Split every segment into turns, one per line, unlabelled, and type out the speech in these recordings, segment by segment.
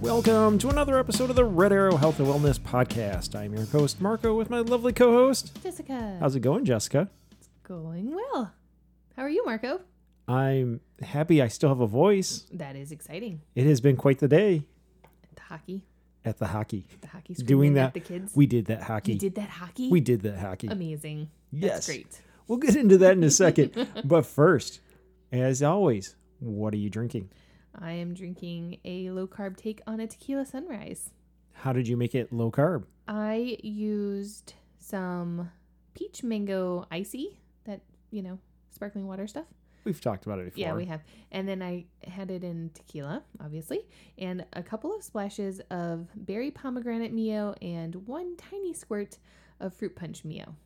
welcome to another episode of the Red Arrow Health and Wellness Podcast. I'm your host, Marco, with my lovely co host.
Jessica.
How's it going, Jessica?
It's going well. How are you, Marco?
I'm happy I still have a voice.
That is exciting.
It has been quite the day
The hockey,
at the hockey.
the hockey screaming
Doing that.
at the kids.
We did that hockey.
you did that Um, hockey.
We did that hockey.
amazing.
Yes.
That's great.
We'll get into that in a second. but first, as always, what are you drinking?
I am drinking a low carb take on a tequila sunrise.
How did you make it low carb?
I used some peach mango icy, that you know, sparkling water stuff.
We've talked about it before.
Yeah, we have. And then I had it in tequila, obviously, and a couple of splashes of berry pomegranate mio and one tiny squirt of fruit punch mio.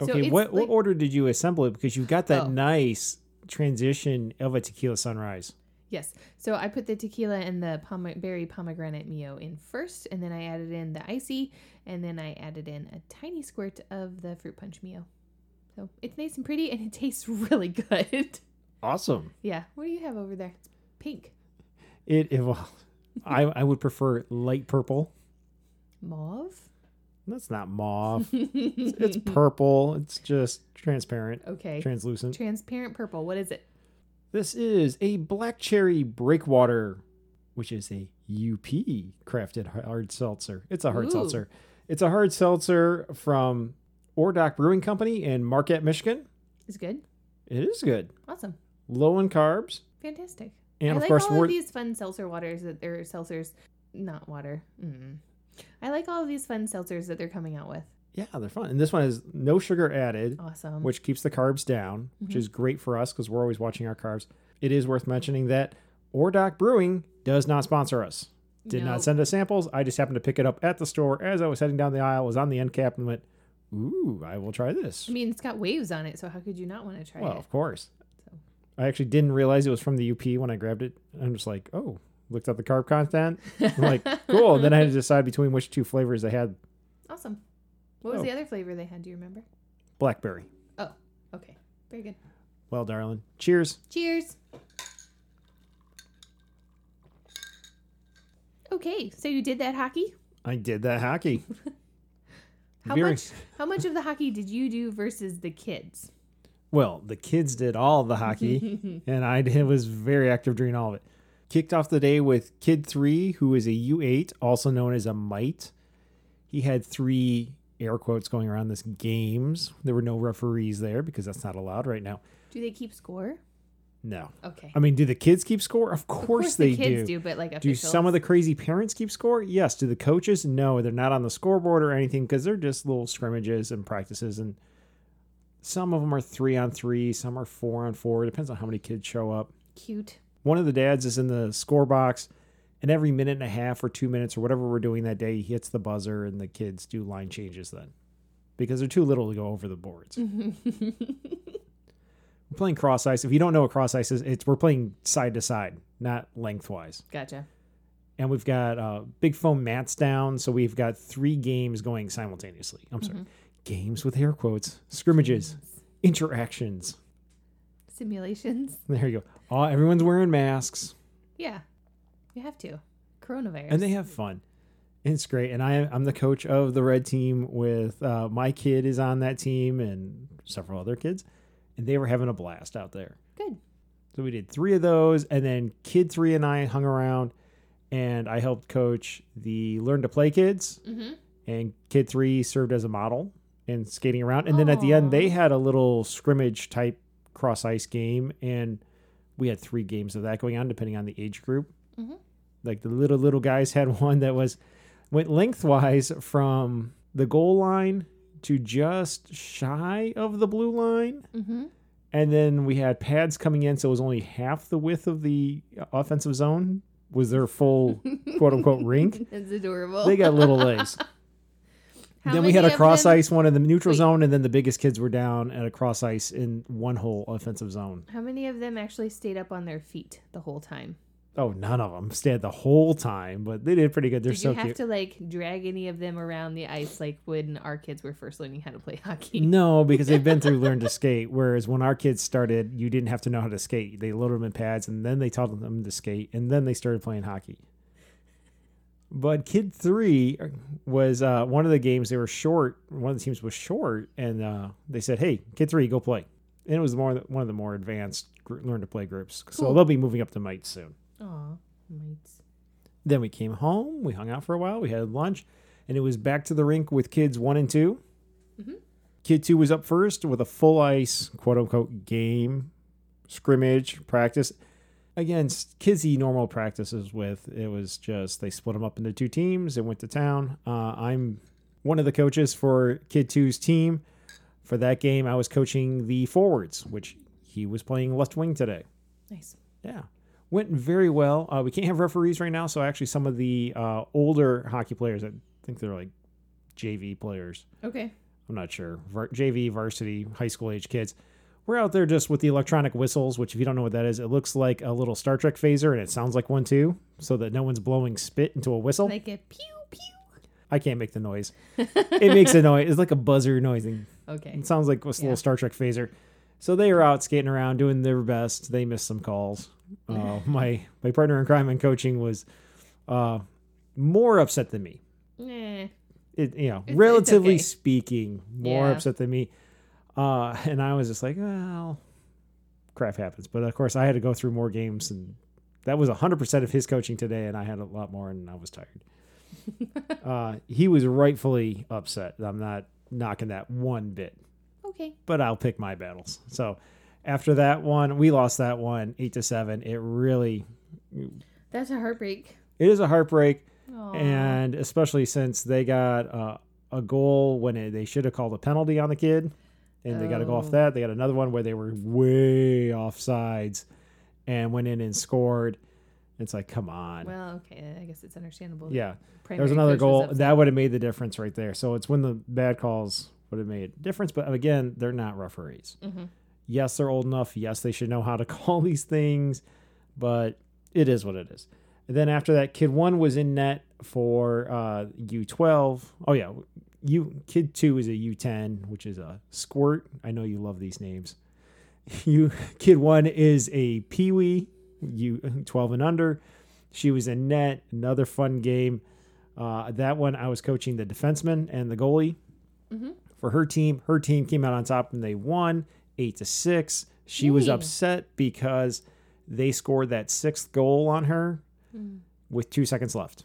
Okay,
it's
what,
like-
what order did you assemble it? Because you've got that
Oh.
nice transition of a tequila sunrise.
Yes. So I put the tequila and the pome- berry pomegranate mio in first, and then I added in the icy, and then I added in a tiny squirt of the fruit punch mio. So it's nice and pretty, and it tastes really good.
Awesome.
yeah. What do you have over there? It's pink,
It evolved. I, I would prefer light purple.
mauve.
That's not mauve. it's purple. It's just transparent,
okay.
translucent.
Transparent purple. What is it?
This is a black cherry breakwater, which is a UP crafted hard seltzer. It's a hard
Ooh.
seltzer. It's a hard seltzer from Ordock Brewing Company in Marquette, Michigan.
It's good.
It is good.
Awesome.
Low in carbs.
Fantastic.
And
I
of
like
course,
all
we're,
of these fun seltzer waters that they're seltzers, not water. Mm. I like all of these fun seltzers that they're coming out with.
yeah, they're fun. And this one is no sugar added,
Awesome.
which keeps the carbs down, which
Mhm.
is great for us because we're always watching our carbs. It is worth mentioning that Ordock Brewing does not sponsor us. Did
Nope.
not send us samples. I just happened to pick it up at the store as I was heading down the aisle. Was on the end cap and went, "Ooh, I will try this."
I mean, it's got waves on it, so how could you not want to try
well,
it?
of course.
So.
I actually didn't realize it was from the UP when I grabbed it. I'm just like, "Oh." Looked up the carb content. I'm like, "Cool." And then I had to decide between which two flavors I had.
Awesome. What was
Oh.
the other flavor they had? Do you remember?
Blackberry.
Oh, okay. Very good.
Well, darling. Cheers.
Cheers. Okay, so you did that hockey.
I did that hockey.
How
Very-
much? How much of the hockey did you do versus the kids?
Well, the kids did all the hockey, and I did, was very active during all of it. Kicked off the day with Kid 3, who is a U8, also known as a mite. He had three air quotes going around this games. There were no referees there because that's not allowed right now.
Do they keep score?
No.
Okay.
I mean, do the kids keep score? Of course,
Of course,
they
the kids do.
do.
but like
Do
officials.
some of the crazy parents keep score? Yes. Do the coaches? No, they're not on the scoreboard or anything because they're just little scrimmages and practices. And some of them are three on three, some are four on four. Depends on how many kids show up.
cute.
One of the dads is in the score box, and every minute and a half or two minutes or whatever we're doing that day, he hits the buzzer, and the kids do line changes then because they're too little to go over the boards.
Mm.
we're playing cross ice. If you don't know what cross ice is, it's we're playing side to side, not lengthwise
Gotcha.
and we've got uh, big foam mats down. So we've got three games going simultaneously. I'm sorry, games with air quotes, scrimmages, interactions.
Simulations.
There you go. Oh, everyone's wearing masks,
Yeah, you have to. Coronavirus.
and they have fun. And It's great. And I, I'm the coach of the red team. With uh, my kid is on that team, and several other kids, and they were having a blast out there.
good.
So we did three of those, and then kid three and I hung around, and I helped coach the learn to play kids.
Mm-hmm.
and kid three served as a model and skating around and then at the end they
Aw.
had a little scrimmage type cross ice game and we had three games of that going on depending on the age group
Mhm.
like the little little guys had one that was went lengthwise from the goal line to just shy of the blue line
Mm-hmm.
and then we had pads coming in so it was only half the width of the offensive zone was their full quote unquote rink
It's adorable.
they got little legs
How
then we had
many
a
of
cross
them-
ice one in the neutral
Wait.
zone, and then the biggest kids were down at a cross ice in one whole offensive zone.
How many of them actually stayed up on their feet the whole time?
Oh, none of them stayed the whole time, but they did pretty good. They're
Did
so
you have
cute.
to like drag any of them around the ice like when our kids were first learning how to play hockey?
No, because they've been through learn to skate. Whereas when our kids started, you didn't have to know how to skate. They loaded them in pads, and then they taught them to skate, and then they started playing hockey. But Kid Three was uh, one of the games they were short. One of the teams was short, and uh, they said, "Hey, Kid Three, go play." And it was more one of the more advanced gr- learn to play groups. So
Cool.
they'll be moving up to Might soon.
Aw, mites.
Then we came home, we hung out for a while, we had lunch, and it was back to the rink with kids one and 2 Kid two was up first with a full ice, quote unquote, game, scrimmage, practice. Again, s- kids he normal practices with. It was just they split them up into two teams and went to town. Uh, I'm one of the coaches for Kid two's team. For that game, I was coaching the forwards, which he was playing left wing today.
Nice.
Yeah. Went very well. Uh, we can't have referees right now, so actually some of the uh, older hockey players, I think they're like JV players.
Okay.
I'm not sure. Var- JV, varsity, high school age kids. We're out there just with the electronic whistles, which if you don't know what that is, it looks like a little Star Trek phaser and it sounds like one too, so that no one's blowing spit into a whistle.
Like a pew pew.
I can't make the noise. it makes a noise. It's like a buzzer noise. and
Okay.
it sounds like a
Yeah.
little Star Trek phaser. So they were out skating around, doing their best. They missed some calls. Uh, my my partner in crime and coaching was uh, more upset than me.
Eh.
It, you know,
it's
relatively
okay.
speaking, more
Yeah.
upset than me. Uh, and I was just like, well, crap happens. But of course, I had to go through more games, and that was hundred percent of his coaching today, and I had a lot more, and I was tired. uh, he was rightfully upset. I'm not knocking that one bit
Okay.
but I'll pick my battles. So after that one, we lost that one eight to seven. It really
That's a heartbreak.
it is a heartbreak,
Aw.
and especially since they got uh, a goal when it, they should have called a penalty on the kid, and they got to go
Oh.
off that. They got another one where they were way off sides, and went in and scored. It's like, come on,
Well, okay. I guess it's understandable.
yeah.
Primary
There was another
coach
goal
upset.
that would have made the difference right there. So it's when the bad calls would have made a difference. But again, they're not referees.
Mhm.
Yes, they're old enough. Yes, they should know how to call these things. But it is what it is. And then after that, kid one was in net for uh, U twelve. Oh yeah, U kid two is a U ten, which is a squirt. I know you love these names. You kid one is a pee wee. U twelve and under. She was in net. Another fun game. Uh, that one, I was coaching the defenseman and the goalie
Mhm.
for her team. Her team came out on top and they won eight to six. She was
Yay.
upset because they scored that sixth goal on her with two seconds left.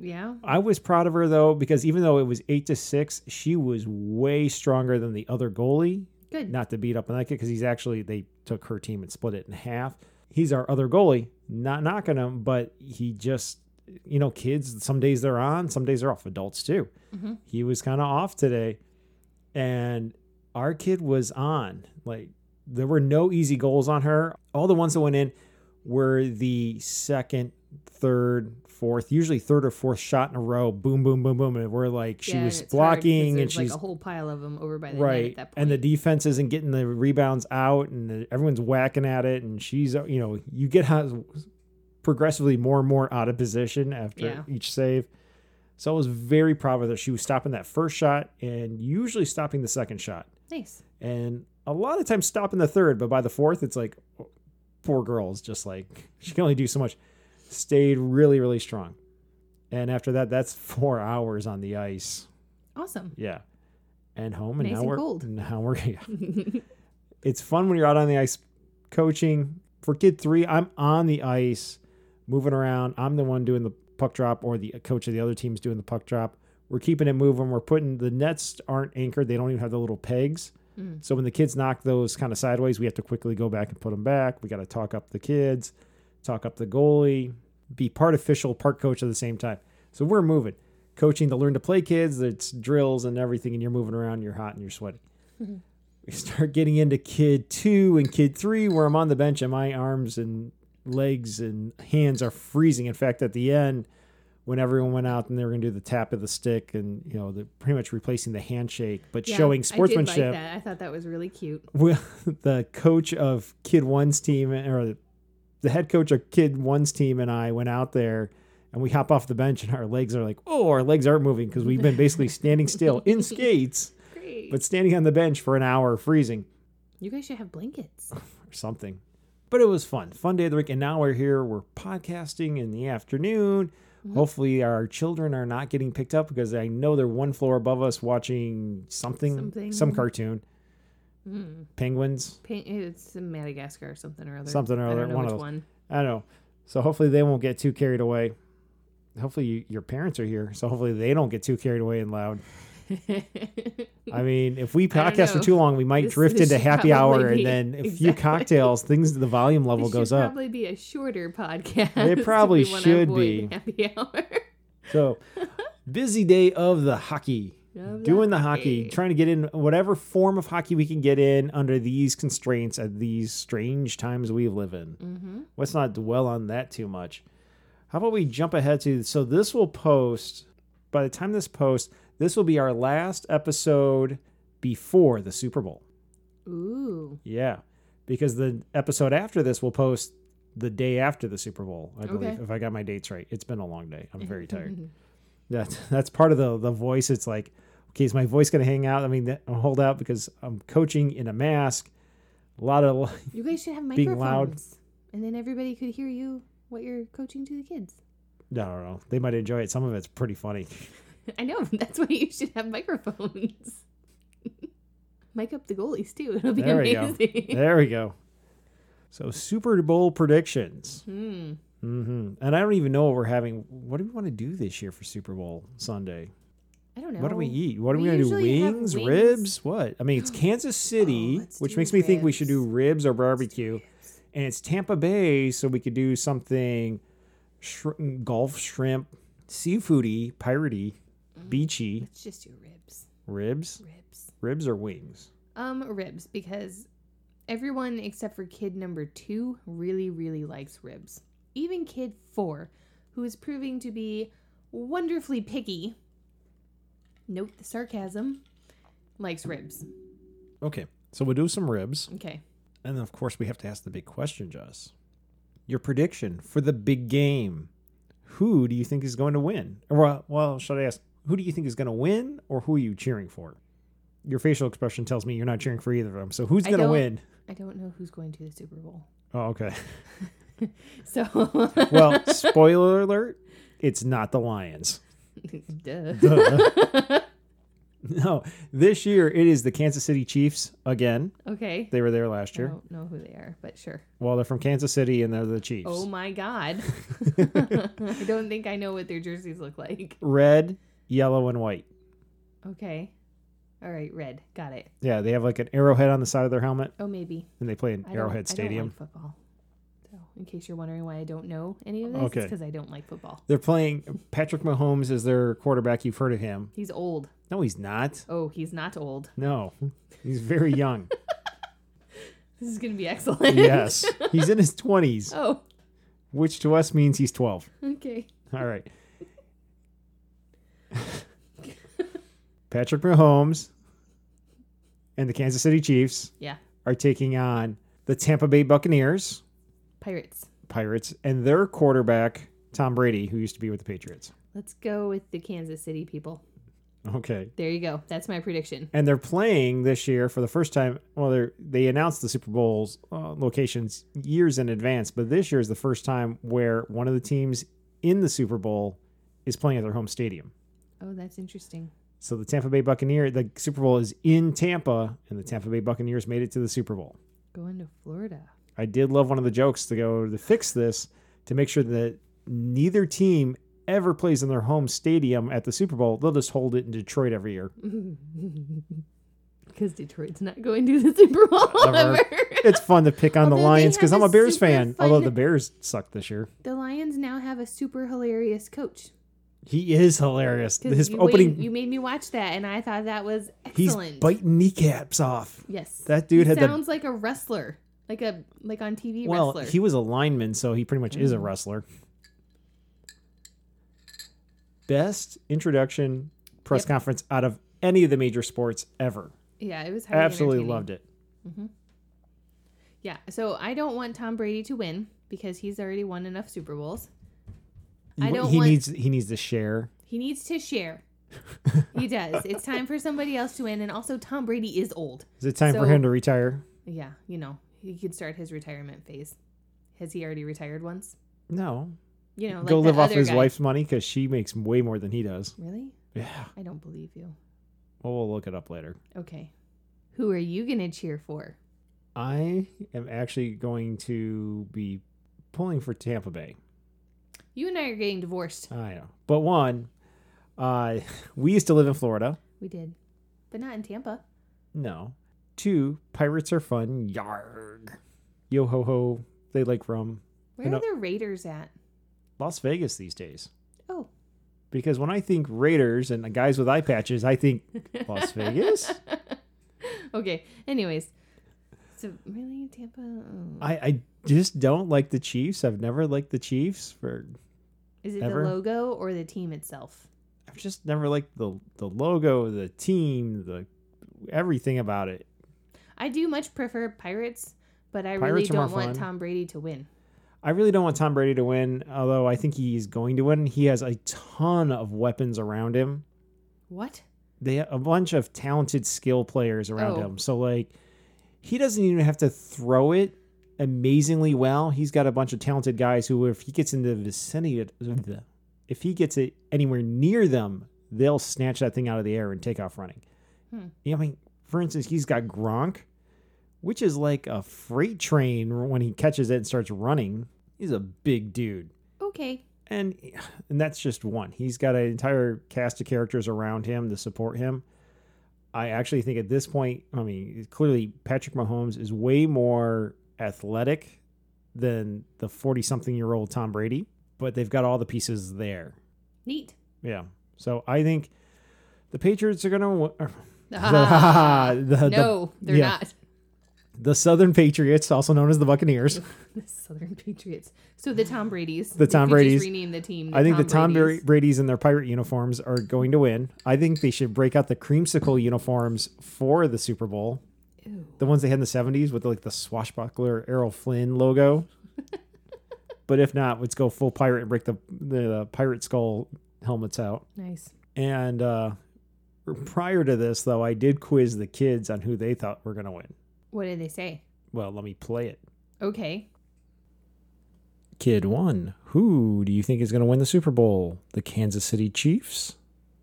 Yeah.
I was proud of her though because even though it was eight to six, she was way stronger than the other goalie.
Good.
Not to beat up on that kid because he's actually they took her team and split it in half. He's our other goalie. Not knocking him, but he just you know kids. Some days they're on, some days they're off. Adults too.
Mhm.
He was kind of off today, and our kid was on. Like there were no easy goals on her. All the ones that went in were the second, third, fourth, usually third or fourth shot in a row. Boom, boom, boom, boom. And we're like, she
Yeah, and
was
it's hard 'cause
blocking and
there's,
she's
like a whole pile of them over by the net
right.
at that point.
And the defense isn't getting the rebounds out and the, everyone's whacking at it. And she's, uh, you know, you get how progressively more and more out of position after
Yeah.
each save. So I was very proud of her. She was stopping that first shot and usually stopping the second shot
nice.
and a lot of times stop in the third, but by the fourth, it's like oh, poor girl's just like she can only do so much. Stayed really, really strong. And after that, that's four hours on the ice.
Awesome.
Yeah. And home and
Nice
now
and
we're
cold.
now we're yeah.
okay.
It's fun when you're out on the ice coaching. For kid three, I'm on the ice, moving around. I'm the one doing the puck drop, or the uh, coach of the other team's doing the puck drop. We're keeping it moving. We're putting the nets aren't anchored. They don't even have the little pegs.
Mm.
So when the kids knock those kind of sideways, we have to quickly go back and put them back. We got to talk up the kids, talk up the goalie, be part official, part coach at the same time. So we're moving, coaching the learn to play kids. It's drills and everything, and you're moving around. You're hot and you're sweaty we start getting into kid two and kid three where i'm on the bench and my arms and legs and hands are freezing in fact at the end when everyone went out and they were going to do the tap of the stick and you know the, pretty much replacing the handshake but
Yeah,
showing
I, did like
sportsmanship
that. I thought that was really cute.
well, the coach of kid one's team or the head coach of kid one's team and i went out there and we hop off the bench and our legs are like oh our legs aren't moving because we've been basically standing still in skates
Great.
but standing on the bench for an hour freezing
you guys should have blankets.
or something. But it was fun. Fun day of the week. And now we're here. We're podcasting in the afternoon.
Mhm.
Hopefully, our children are not getting picked up because I know they're one floor above us watching something,
Something.
some cartoon,
Mm.
penguins,
Paint, it's in Madagascar or something or other.
something or
I
other.
don't know
One
which
of those.
one.
I don't know. So hopefully they won't get too carried away. Hopefully you, your parents are here, so hopefully they don't get too carried away and loud. I mean, if we
don't
podcast for
know.
too long, we might
This-
drift
this
into
should
happy hour,
probably be-
and then a few
exactly.
cocktails, things the volume level
This should
goes up.
probably be a shorter podcast.
It
if
probably
we wanna
should
avoid
be.
Happy hour.
So busy day of the hockey.
Of
Doing
the
the hockey,
hockey.
trying to get in whatever form of hockey we can get in under these constraints at these strange times we live in.
mm-hmm.
let's not dwell on that too much. How about we jump ahead to so this will post by the time this posts, this will be our last episode before the Super Bowl.
Ooh.
Yeah. Because the episode after this will post the day after the Super Bowl, I believe,
Okay.
if I got my dates right. It's been a long day. I'm very tired. That's that's part of the the voice. It's like, okay, is my voice gonna hang out? I mean, that- hold out because I'm coaching in a mask. A lot of
You guys should have microphones.
Being loud.
And then everybody could hear you what you're coaching to the kids.
I don't know. They might enjoy it. Some of it's pretty funny.
I know. That's why you should have microphones. Mic up the goalies too. It'll be
There we go.
amazing.
There we go. So Super Bowl predictions.
Hmm.
hmm And I don't even know what we're having. What do we want to do this year for Super Bowl Sunday?
I don't know.
What do we eat? What are we,
We
gonna do?
usually have
Wings,
wings. Oh,
ribs? What? I mean, it's Kansas City,
let's
which
do
makes me think we should do
ribs.
ribs or barbecue, and it's Tampa Bay, so we could do something shri- golf shrimp, seafoody, piratey,
Mm-hmm.
beachy.
Let's just do ribs.
Ribs,
Ribs.
ribs or wings?
Um, ribs because everyone except for kid number two really, really likes ribs. Even kid four, who is proving to be wonderfully picky, note the sarcasm, likes ribs.
Okay, so we'll do some ribs.
Okay.
And then, of course, we have to ask the big question, Jess. Your prediction for the big game. Who do you think is going to win? Or, well, well, should I ask, who do you think is going to win or who are you cheering for? Your facial expression tells me you're not cheering for either of them. So who's
I
going to
don't-
win?
I don't know who's going to the Super Bowl.
Oh, okay.
So
Well, spoiler alert, it's not the Lions.
duh.
No, this year it is the Kansas City Chiefs again.
Okay.
They were there last
I
year.
don't know who they are, but sure.
Well, they're from Kansas City and they're the Chiefs.
Oh my god. I don't think I know what their jerseys look like.
Red, yellow, and white.
Okay. All right, red. Got it.
Yeah, they have like an arrowhead on the side of their helmet.
Oh, maybe.
and they play in
I don't-
Arrowhead
I don't
Stadium.
like football. So, in case you're wondering why I don't know any of this,
Okay.
because I don't like football.
They're playing Patrick Mahomes is their quarterback. You've heard of him?
He's old.
No, he's not.
Oh, he's not old.
No, he's very young.
This is gonna be excellent.
yes, he's in his twenties,
Oh,
which to us means he's twelve.
okay.
All right. Patrick Mahomes and the Kansas City Chiefs
Yeah.
are taking on the Tampa Bay Buccaneers
Pirates.
Pirates and their quarterback Tom Brady, who used to be with the Patriots.
Let's go with the Kansas City people.
Okay.
There you go. That's my prediction.
and they're playing this year for the first time. Well, they they announced the Super Bowl's uh, locations years in advance, but this year is the first time where one of the teams in the Super Bowl is playing at their home stadium.
Oh, that's interesting.
So the Tampa Bay Buccaneers, the Super Bowl is in Tampa, and the Tampa Bay Buccaneers made it to the Super Bowl.
Going to Florida.
I did love one of the jokes to go to fix this to make sure that neither team ever plays in their home stadium at the Super Bowl. They'll just hold it in Detroit every year.
Because Detroit's not going to the Super Bowl
Ever.
ever.
it's fun to pick on
Although
the
they
Lions because
have
I'm a
a
Bears
super
fan.
fun-
Although the Bears sucked this year,
the Lions now have a super hilarious coach.
he is hilarious.
'Cause
His
you
opening,
made, you made me watch that, and I thought that was
he's
excellent.
biting kneecaps off.
Yes,
That dude
He
had the-
sounds like a wrestler, like a like on TV
Well,
wrestler. Mm.
he was a lineman, so he pretty much is a wrestler. Best introduction press
Yep.
conference out of any of the major sports ever.
yeah, it was highly
Absolutely loved it.
Yeah, so I don't want Tom Brady to win because he's already won enough Super Bowls. I
You-
don't
he
want-
needs he needs to share.
He needs to share. he does. It's time for somebody else to win, and also Tom Brady is old.
Is it time for
So-
him to retire?
Yeah, you know he could start his retirement phase. Has he already retired once?
No.
You know, like
Go
the
live off
other
his
guy.
wife's money because she makes way more than he does.
Really?
Yeah.
I don't believe you.
Well, we'll look it up later.
Okay. Who are you gonna cheer for?
I am actually going to be pulling for Tampa Bay.
You and I are getting divorced.
I know. But one, uh, we used to live in Florida.
We did, but not in Tampa.
No. Two, pirates are fun. Yarg. Yo ho ho. They like rum.
Where
And
are
I-
the Raiders at?
Las Vegas these days.
Oh,
Because when I think Raiders and guys with eye patches, I think Las Vegas.
okay. Anyways, so really Tampa. Oh.
I, I just don't like the Chiefs. I've never liked the Chiefs for
Is it
ever?
the logo or the team itself?
I've just never liked the the logo, the team, the everything about it.
I do much prefer Pirates, but I really
Pirates are more
don't want
fun.
Tom Brady to win.
I really don't want Tom Brady to win, although I think he's going to win. He has a ton of weapons around him.
What?
They have a bunch of talented skill players around
Oh.
him. So like he doesn't even have to throw it amazingly well. He's got a bunch of talented guys who if he gets in the vicinity if he gets it anywhere near them, they'll snatch that thing out of the air and take off running.
Hmm.
Yeah, I mean, for instance, he's got Gronk, which is like a freight train when he catches it and starts running. He's a big dude
Okay.
and and that's just one. He's got an entire cast of characters around him to support him. I actually think at this point, I mean, clearly Patrick Mahomes is way more athletic than the 40-something-year-old Tom Brady, but they've got all the pieces there.
Neat.
Yeah. So I think the Patriots are going to
Ah,
the- the-
no, they're
yeah.
not.
the Southern Patriots, also known as the Buccaneers.
The Southern Patriots. So the Tom Brady's.
The
If
Tom
we
Brady's.
Just rename the team.
I think the Tom Bra-
Brady's.
Brady's in their pirate uniforms are going to win. I think they should break out the creamsicle uniforms for the Super Bowl.
Ew.
The ones they had in the 70s with like the swashbuckler Errol Flynn logo. but if not, let's go full pirate and break the, the, the pirate skull helmets out.
Nice.
And uh, prior to this, though, I did quiz the kids on who they thought were going to win.
What did they say?
Well, let me play it.
Okay.
Kid one, who do you think is going to win the Super Bowl? The Kansas City Chiefs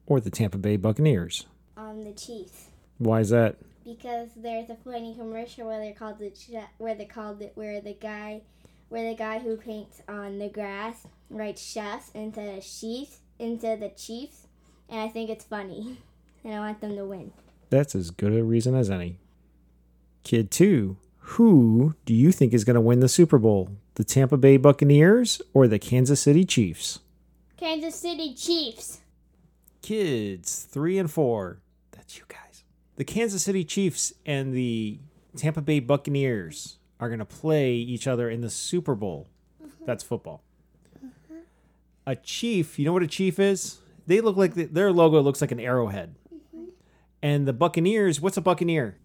or the Tampa Bay Buccaneers?
on um, the Chiefs
Why is that?
because there's a funny commercial where they called the Ch- where they called it where the guy where the guy who paints on the grass writes chefs instead of chiefs instead of the Chiefs, and I think it's funny, and I want them to win.
That's as good a reason as any. Kid two, who do you think is going to win the Super Bowl? The Tampa Bay Buccaneers or the Kansas City Chiefs?
Kansas City Chiefs.
Kids three and four, that's you guys. The Kansas City Chiefs and the Tampa Bay Buccaneers are going to play each other in the Super Bowl. That's football. A chief, you know what a chief is? They look like their logo looks like an arrowhead. And the Buccaneers, what's a Buccaneer?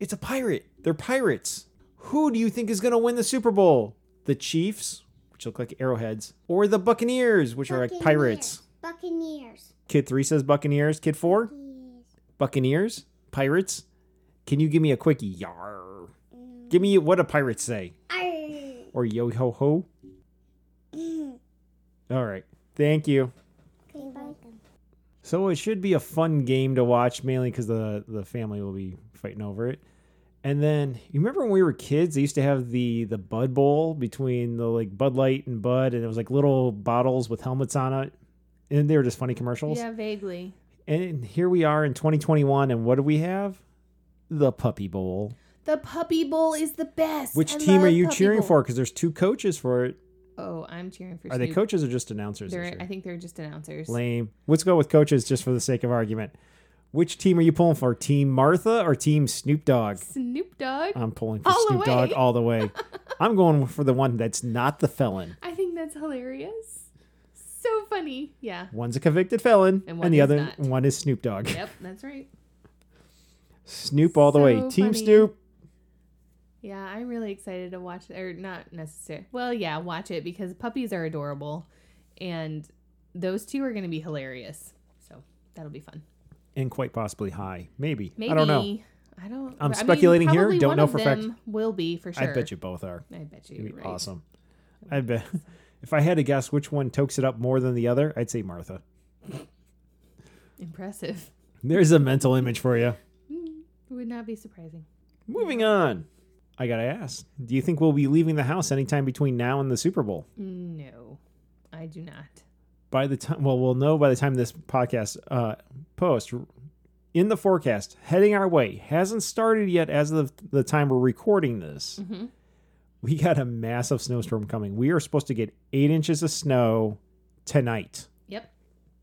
It's a pirate. They're pirates. Who do you think is going to win the Super Bowl? The Chiefs, which look like arrowheads, or the Buccaneers, which are like pirates?
Buccaneers.
Kid three says Buccaneers. Kid four, Buccaneers, Pirates. Can you give me a quick yar? Give me what a pirate say or yo ho ho. All right, thank you. So it should be a fun game to watch, mainly because the the family will be fighting over it. And then you remember when we were kids, they used to have the the Bud Bowl between the like Bud Light and Bud, and it was like little bottles with helmets on it, and they were just funny commercials.
Yeah, vaguely.
And here we are in 2021, and what do we have? The Puppy Bowl.
The Puppy Bowl is the best.
Which
I
team are
love
you
Puppy
cheering
Bowl.
for? Because there's two coaches for it.
Oh, I'm cheering for.
Are they
Snoop.
coaches or just announcers?
They're-
this year?
I think they're just announcers.
Lame. Let's go with coaches just for the sake of argument. Which team are you pulling for? Team Martha or Team Snoop Dogg?
Snoop Dogg.
I'm pulling for
All the
Snoop Dogg
way.
all the way. I'm going for the one that's not the felon.
I think that's hilarious. So funny. Yeah.
One's a convicted felon,
And
and,
one
the
is
other
not.
one is Snoop Dogg.
Yep, that's right.
Snoop all the way.
So
Team
funny.
Snoop.
Yeah, I'm really excited to watch it, or not necessarily. Well, yeah, watch it because puppies are adorable, and those two are going to be hilarious. So that'll be fun.
And quite possibly high. Maybe.
Maybe
I don't know.
I don't.
I'm
I mean,
speculating here.
probably
Don't
one
know
of
for a fact.
them Will be for sure.
I bet you both are.
I bet you.
It'd be
right.
awesome. I bet If I had to guess which one tokes it up more than the other, I'd say Martha.
Impressive.
There's a mental image for you.
Mm, Would not be surprising.
Moving on. I gotta ask, do you think we'll be leaving the house anytime between now and the Super Bowl?
No, I do not.
By the time, well, we'll know by the time this podcast uh, post in the forecast heading our way hasn't started yet as of the time we're recording this.
Mhm.
We got a massive snowstorm coming. We are supposed to get eight inches of snow tonight.
Yep.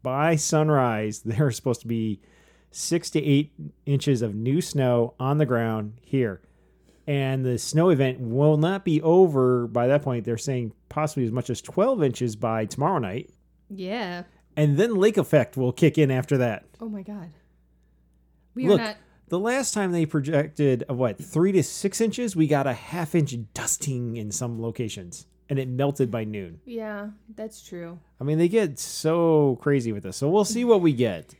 By sunrise, there are supposed to be six to eight inches of new snow on the ground here. And the snow event will not be over by that point. They're saying possibly as much as 12 inches by tomorrow night.
Yeah.
And then lake effect will kick in after that.
Oh my God. We
Look.
are not.
The last time they projected uh, what three to six inches, we got a half inch dusting in some locations, and it melted by noon.
Yeah, that's true.
I mean, they get so crazy with this. So we'll see what we get.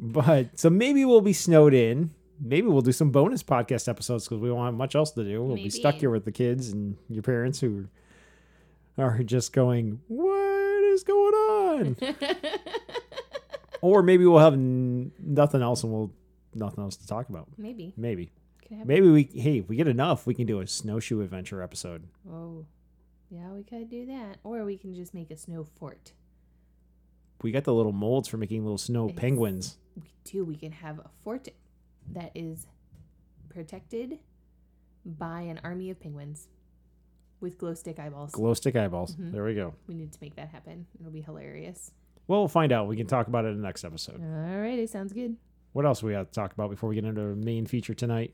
but so maybe we'll be snowed in. Maybe we'll do some bonus podcast episodes because we won't have much else to do. We'll be stuck
Maybe.
here with the kids and your parents who are just going, "What is going on?" or maybe we'll have n- nothing else and we'll nothing else to talk about.
Maybe.
Maybe.
Could happen.
Maybe we hey, if we get enough, we can do a snowshoe adventure episode.
Oh, yeah, we could do that. Or we can just make a snow fort.
We got the little molds for making little snow
Nice.
penguins.
We do. We can have a fort that is protected by an army of penguins with glow stick eyeballs.
Glow stick eyeballs.
Mhm.
There we go.
we need to make that happen. It'll be hilarious.
Well, we'll find out. We can talk about it in the next episode.
Alrighty, sounds good.
What else we got to talk about before we get into our main feature tonight?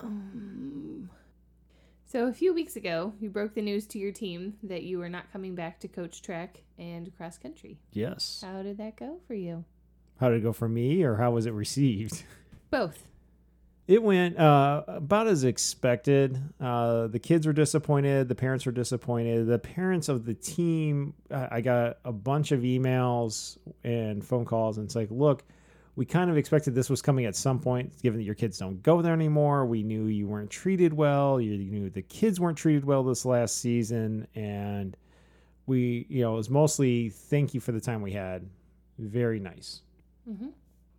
Um, so a few weeks ago, you broke the news to your team that you were not coming back to coach track and cross country.
Yes.
How did that go for you?
How did it go for me or how was it received?
Both.
It went uh, about as expected. Uh, the kids were disappointed. The parents were disappointed. The parents of the team, I I got a bunch of emails and phone calls, and it's like, look, we kind of expected this was coming at some point, given that your kids don't go there anymore. We knew you weren't treated well. You knew the kids weren't treated well this last season, and we, you know, it was mostly thank you for the time we had. Very nice.
Mm-hmm.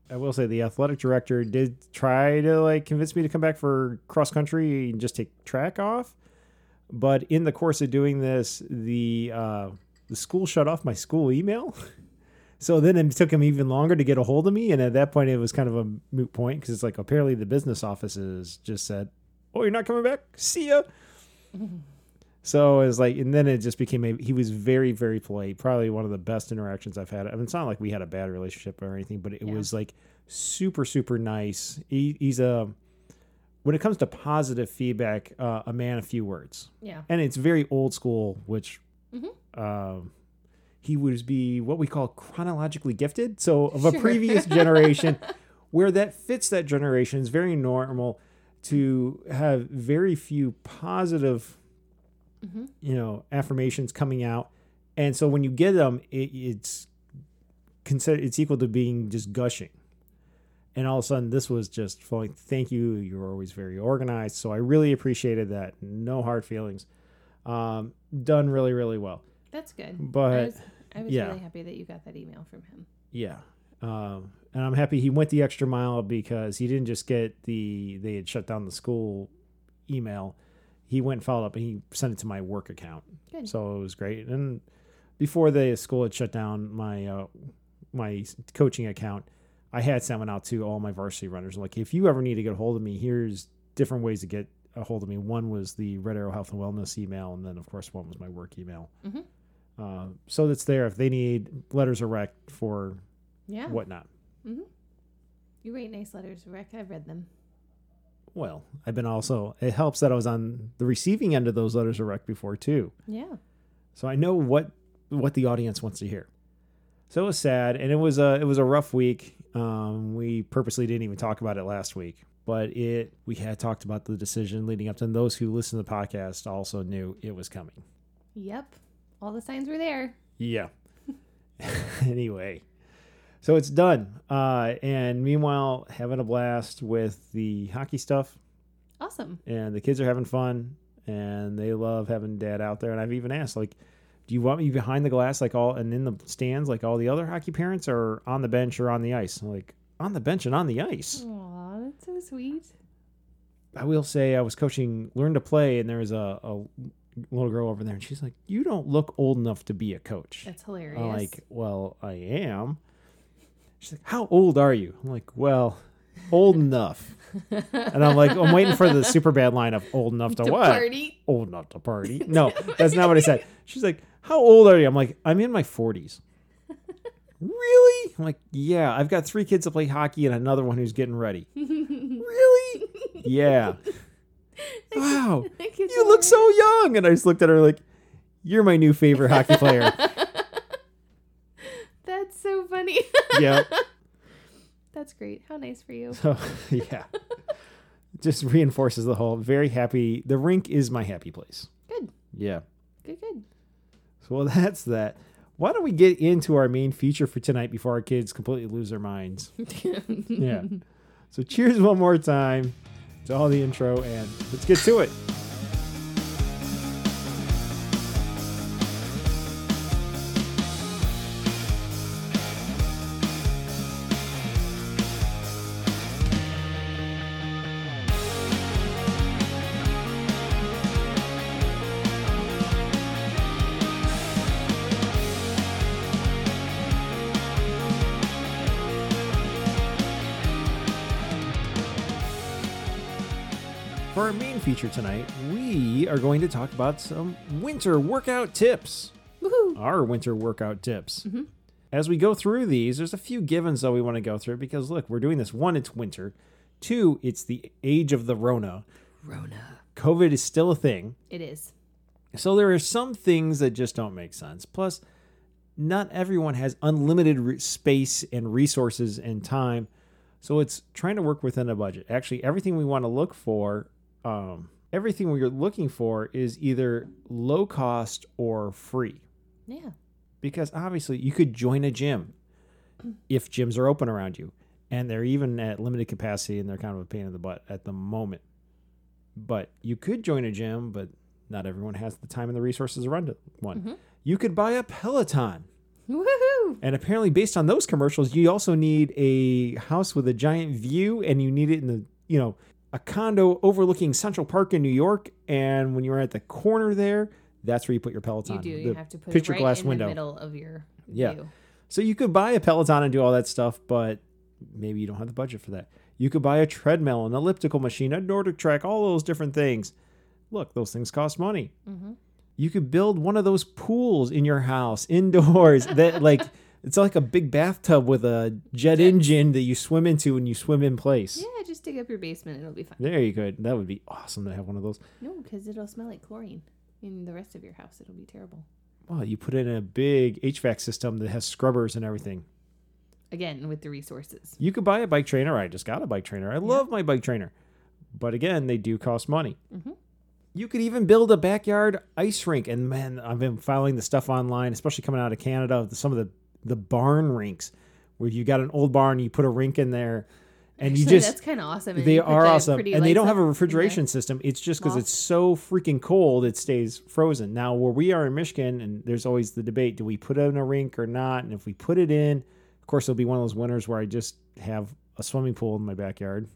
I will say the athletic director did try to like convince me to come back for cross country and just take track off, but in the course of doing this, the uh, the school shut off my school email, so then it took him even longer to get a hold of me. And at that point, it was kind of a moot point because it's like apparently the business offices just said, "Oh, you're not coming back. See ya." So it was like, and then it just became a, he was very, very polite. Probably one of the best interactions I've had. I mean, it's not like we had a bad relationship or anything, but it
Yeah.
was like super, super nice. He, he's a, when it comes to positive feedback, uh, a man of few words.
Yeah.
And it's very old school, which
Mhm.
um, he would be what we call chronologically gifted. So of a
Sure.
previous generation, where that fits that generation is very normal to have very few positive
Mm-hmm.
you know affirmations coming out and so when you get them it, it's consider it's equal to being just gushing and all of a sudden this was just flowing thank you you're always very organized so i really appreciated that no hard feelings um, done really really well
That's good. I
But-
was, I was
yeah.
really happy that you got that email from him.
yeah um, and i'm happy he went the extra mile because he didn't just get the they had shut down the school email he went and followed up and he sent it to my work account
Good.
so it was great. And before the school had shut down my uh, my coaching account, I had sent one out to all my varsity runners. I'm like, if you ever need to get a hold of me, here's different ways to get a hold of me. One was the Red Arrow Health and Wellness email, and then of course one was my work email.
Mhm.
Uh, so that's there if they need letters or rec for
yeah.
whatnot.
Mm-hmm. You write nice letters, Rick. I've read them.
Well, I've been also. It helps that I was on the receiving end of those letters or rec before too.
Yeah.
so I know what what the audience wants to hear. So it was sad, and it was a it was a rough week. Um, we purposely didn't even talk about it last week, but it we had talked about the decision leading up to, and those who listened to the podcast also knew it was coming.
Yep. All the signs were there.
Yeah. anyway, so it's done, uh, and meanwhile having a blast with the hockey stuff.
Awesome.
and the kids are having fun and they love having dad out there and i've even asked like Do you want me behind the glass like all and in the stands like all the other hockey parents, or on the bench or on the ice? I'm like on the bench and on the ice.
Aw, that's so sweet.
I will say I was coaching learn to play, and there was a, a little girl over there, and she's like, "You don't look old enough to be a coach."
That's hilarious.
I'm like, well, I am. She's like, how old are you? I'm like, well, old enough. And I'm like, I'm waiting for the super bad line of old enough to,
To
what?
party.
Old enough to party. No, that's not what I said. She's like, how old are you? I'm like, I'm in my 40s. really? I'm like, yeah, I've got three kids that play hockey and another one who's getting ready. really? Yeah. Wow.
Like, it's
You look so young. And I just looked at her like, you're my new favorite hockey player.
That's so funny.
yeah.
That's great. How nice for you.
So yeah, just reinforces the whole very happy. The rink is my happy place.
Good.
Yeah.
Good, good.
So well, that's that. Why don't we get into our main feature for tonight before our kids completely lose their minds? Yeah. so cheers one more time to all the intro and let's get to it. For our main feature tonight, we are going to talk about some winter workout tips.
Woohoo.
our winter workout tips. As we go through these, there's a few givens that we want to go through because look, we're doing this. One, it's winter. Two, it's the age of the Rona.
Rona.
COVID is still a thing.
It is.
So there are some things that just don't make sense. Plus, not everyone has unlimited re- space and resources and time. So it's trying to work within a budget. Actually, everything we want to look for, um, everything we're looking for is either low cost or free
Yeah.
because obviously you could join a gym if gyms are open around you and they're even at limited capacity and they're kind of a pain in the butt at the moment but you could join a gym but not everyone has the time and the resources to run to one
Mm-hmm.
you could buy a peloton
Woohoo.
and apparently based on those commercials you also need a house with a giant view and you need it in the you know a condo overlooking central park in new york and when you're at the corner there that's where you put your peloton
You do. You
the
have to put it
picture
right
glass
in
window
the middle of your
Yeah.
view.
so you could buy a Peloton and do all that stuff, but maybe you don't have the budget for that. You could buy a treadmill, an elliptical machine, a Nordic track, all those different things. Look, those things cost money.
Mhm.
You could build one of those pools in your house indoors that like it's like a big bathtub with a jet engine that you swim into and you swim in place.
Yeah, just dig up your basement. It'll be fine.
There you go. That would be awesome to have one of those.
No, because it'll smell like chlorine in the rest of your house. It'll be terrible.
Well, you put in a big HVAC system that has scrubbers and everything.
Again, with the resources.
You could buy a bike trainer. I just got a bike trainer. I love my bike trainer. But again, they do cost money.
Mhm.
You could even build a backyard ice rink. And man, I've been following the stuff online, especially coming out of Canada, some of the, the barn rinks where you got an old barn, you put a rink in there, and you
Actually,
just.
that's kind of awesome. and
They
you put
are
the
awesome.
pretty
And they
lights
don't have a
up in there.
refrigeration system. It's just because
Well.
it's so freaking cold, it stays frozen. Now, where we are in Michigan, and there's always the debate do we put in a rink or not? And if we put it in, of course, it'll be one of those winters where I just have a swimming pool in my backyard.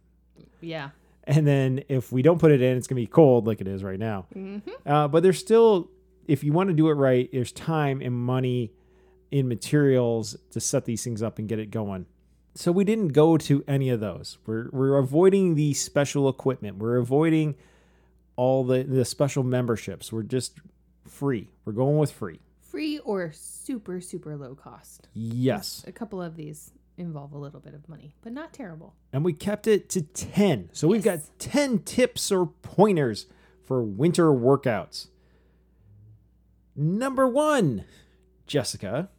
Yeah.
And then if we don't put it in, it's going to be cold like it is right now.
hmm
Uh, but there's still, if you want to do it right, there's time and money in materials to set these things up and get it going. So we didn't go to any of those. We're we're avoiding the special equipment. We're avoiding all the the special memberships. We're just free. We're going with free.
Free or super, super low cost.
Yes.
A couple of these involve a little bit of money, but not terrible.
And we kept it to 10. So we've got
Yes.
10 tips or pointers for winter workouts. Number 1, Jessica,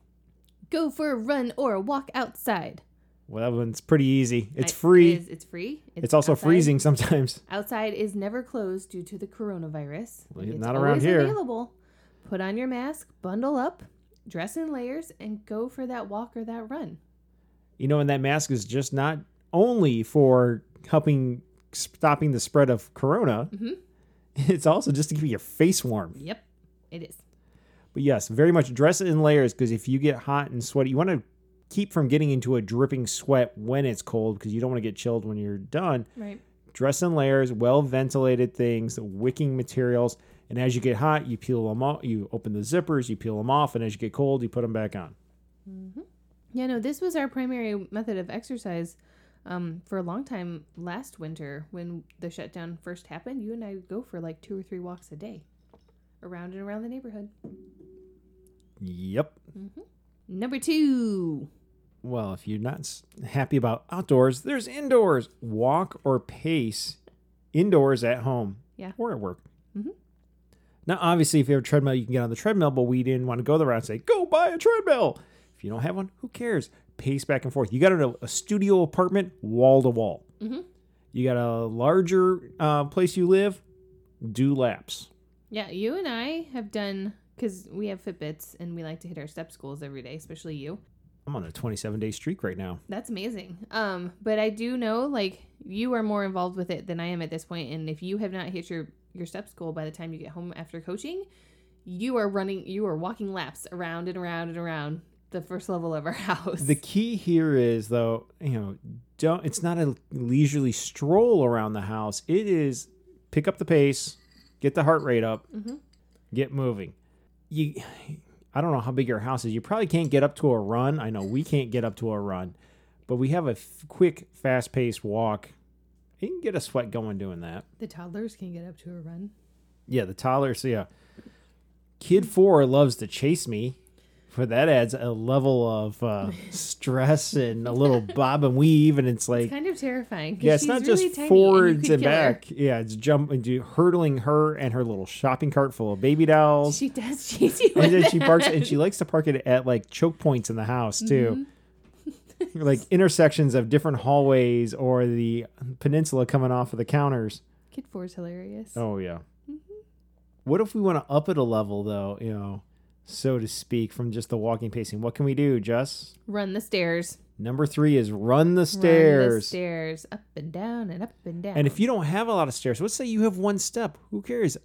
Go for a run or a walk outside.
Well, that one's pretty easy. It's
I-
free.
It is, it's free.
it's, also
outside.
freezing sometimes.
Outside is never closed due to the coronavirus.
Well,
It's
not around
always
here.
Available. Put on your mask, bundle up, dress in layers, and go for that walk or that run.
You know, and that mask is just not only for helping stopping the spread of corona.
Mhm.
It's also just to keep your face warm.
Yep, it is.
But yes, very much dress it in layers because if you get hot and sweaty, you want to keep from getting into a dripping sweat when it's cold because you don't want to get chilled when you're done.
Right.
Dress in layers, well ventilated things, wicking materials. And as you get hot, you peel them off, you open the zippers, you peel them off, and as you get cold, you put them back on.
Yeah, no, this was our primary method of exercise um, for a long time last winter when the shutdown first happened. You and I would go for like two or three walks a day around and around the neighborhood.
Yep.
Number two.
Well, if you're not s- happy about outdoors, there's indoors. Walk or pace indoors at home.
Yeah.
Or at work.
Mhm.
Now, obviously, if you have a treadmill, you can get on the treadmill, but we didn't want to go the route and say, go buy a treadmill. If you don't have one, who cares? Pace back and forth. You got a, a studio apartment, wall to wall.
Mhm.
You got a larger uh, place you live, do laps.
Yeah, you and I have done because we have Fitbits and we like to hit our step schools every day, especially you.
I'm on a 27 day streak right now.
That's amazing. Um, but I do know like you are more involved with it than I am at this point, and if you have not hit your your steps goal by the time you get home after coaching, you are running, you are walking laps around and around and around the first level of our house.
The key here is though, you know, don't it's not a leisurely stroll around the house. It is pick up the pace, get the heart rate up,
Mhm.
get moving. You I don't know how big your house is. You probably can't get up to a run. I know we can't get up to a run, but we have a f- quick, fast-paced walk. You can get a sweat going doing that.
the toddlers can get up to a run.
Yeah, the toddler. So yeah, kid four loves to chase me, but that adds a level of uh, stress and a little bob and weave, and it's like
It's kind of terrifying. 'cause
yeah, it's
she's
not
really
just
tiny and you
forwards
could
and
kill her.
back. Yeah, it's jump and do hurtling her and her little shopping cart full of baby dolls,
She does chase you.
and
with
then she barks
that.
and she likes to park it at like choke points in the house too.
Mm-hmm.
like intersections of different hallways or the peninsula coming off of the counters.
Kid four is hilarious.
Oh yeah. What if we want to up it a level though, you know, so to speak, from just the walking pacing? What can we do, Jess?
Run the stairs.
Number three is run the
Run the
stairs.
stairs up and down and up and down.
And if you don't have a lot of stairs, let's say you have one step. Who cares?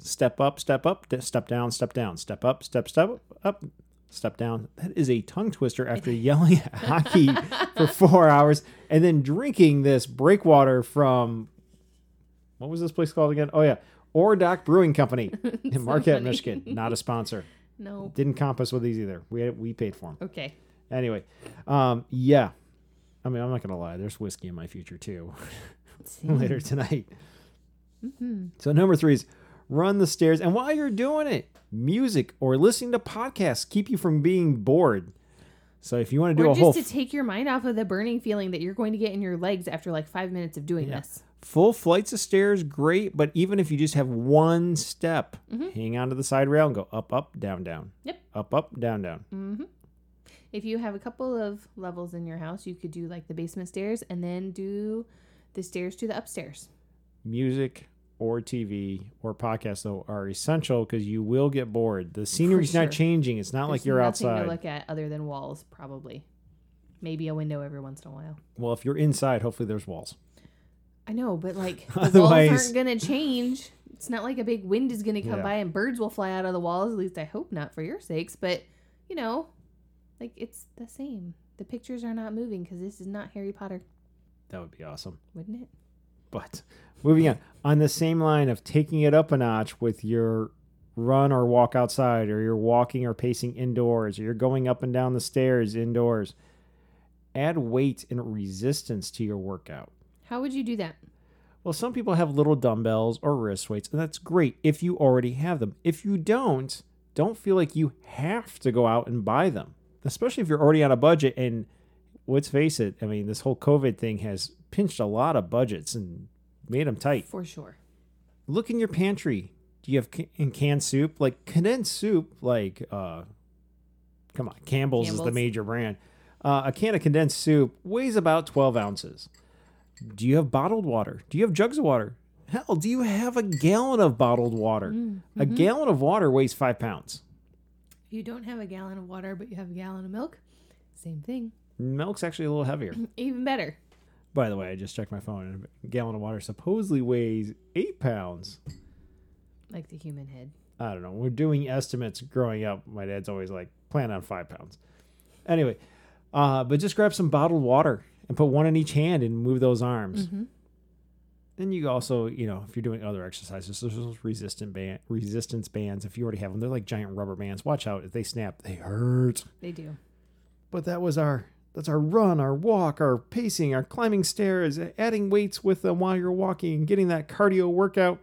Step up, step up, d- step down, step down, step up, step step up, step down. That is a tongue twister after yelling at hockey for four hours and then drinking this breakwater from what was this place called again? Oh yeah, Ordock Brewing Company in Marquette,
funny.
Michigan. Not a sponsor.
no.
Didn't comp us with these either. We we paid for them
Okay.
anyway. Um, yeah, I mean I'm not gonna lie. There's whiskey in my future too. later tonight.
Mm-hmm.
So number three is run the stairs, and while you're doing it, music or listening to podcasts keep you from being bored. So if you want to do
or
a
just
whole
to take your mind off of the burning feeling that you're going to get in your legs after like five minutes of doing this.
full flights of stairs, great. But even if you just have one step, hang onto the side rail and go up, up, down, down.
Mm-hmm. Yep.
Up, up, down, down.
Mm-hmm. If you have a couple of levels in your house, you could do like the basement stairs and then do the stairs to the upstairs.
Music or TV or podcasts though are essential because you will get bored. The scenery's
sure.
not changing. It's not like
There's
you're
nothing
outside.
to look at other than walls, probably. Maybe a window every once in a while.
well, if you're inside, hopefully there's walls.
I know, but like the walls
Otherwise-
aren't gonna change. It's not like a big wind is gonna come
Yeah.
by and birds will fly out of the walls. At least I hope not for your sakes. But you know, like it's the same. The pictures are not moving because this is not Harry Potter,
That would be awesome.
wouldn't it?
But moving on, on the same line of taking it up a notch with your run or walk outside, or you're walking or pacing indoors, or you're going up and down the stairs indoors, add weight and resistance to your workout.
How would you do that?
Well, some people have little dumbbells or wrist weights, and that's great if you already have them. If you don't, don't feel like you have to go out and buy them, especially if you're already on a budget. And let's face it, I mean, this whole COVID thing has pinched a lot of budgets and made them tight
For sure.
look in your pantry. Do you have ca- in canned soup? Like condensed soup, like uh come on, Campbell's, is the
Campbell's.
major brand. Uh, a can of condensed soup weighs about 12 ounces. Do you have bottled water? Do you have jugs of water? Hell, do you have a gallon of bottled water? A gallon of water weighs five pounds.
If you don't have a gallon of water, but you have a gallon of milk, same thing.
Milk's actually a little heavier.
Even better.
By the way, I just checked my phone and a gallon of water supposedly weighs eight pounds.
Like the human head.
I don't know. We're doing estimates growing up. My dad's always like, plan on five pounds. Anyway, uh, but just grab some bottled water and put one in each hand and move those arms.
Mhm.
And you also, you know, if you're doing other exercises, there's those resistant band, resistance bands. If you already have them, they're like giant rubber bands. Watch out. If they snap, they hurt.
They do.
But that was our that's our run, our walk, our pacing, our climbing stairs, adding weights with them while you're walking and getting that cardio workout.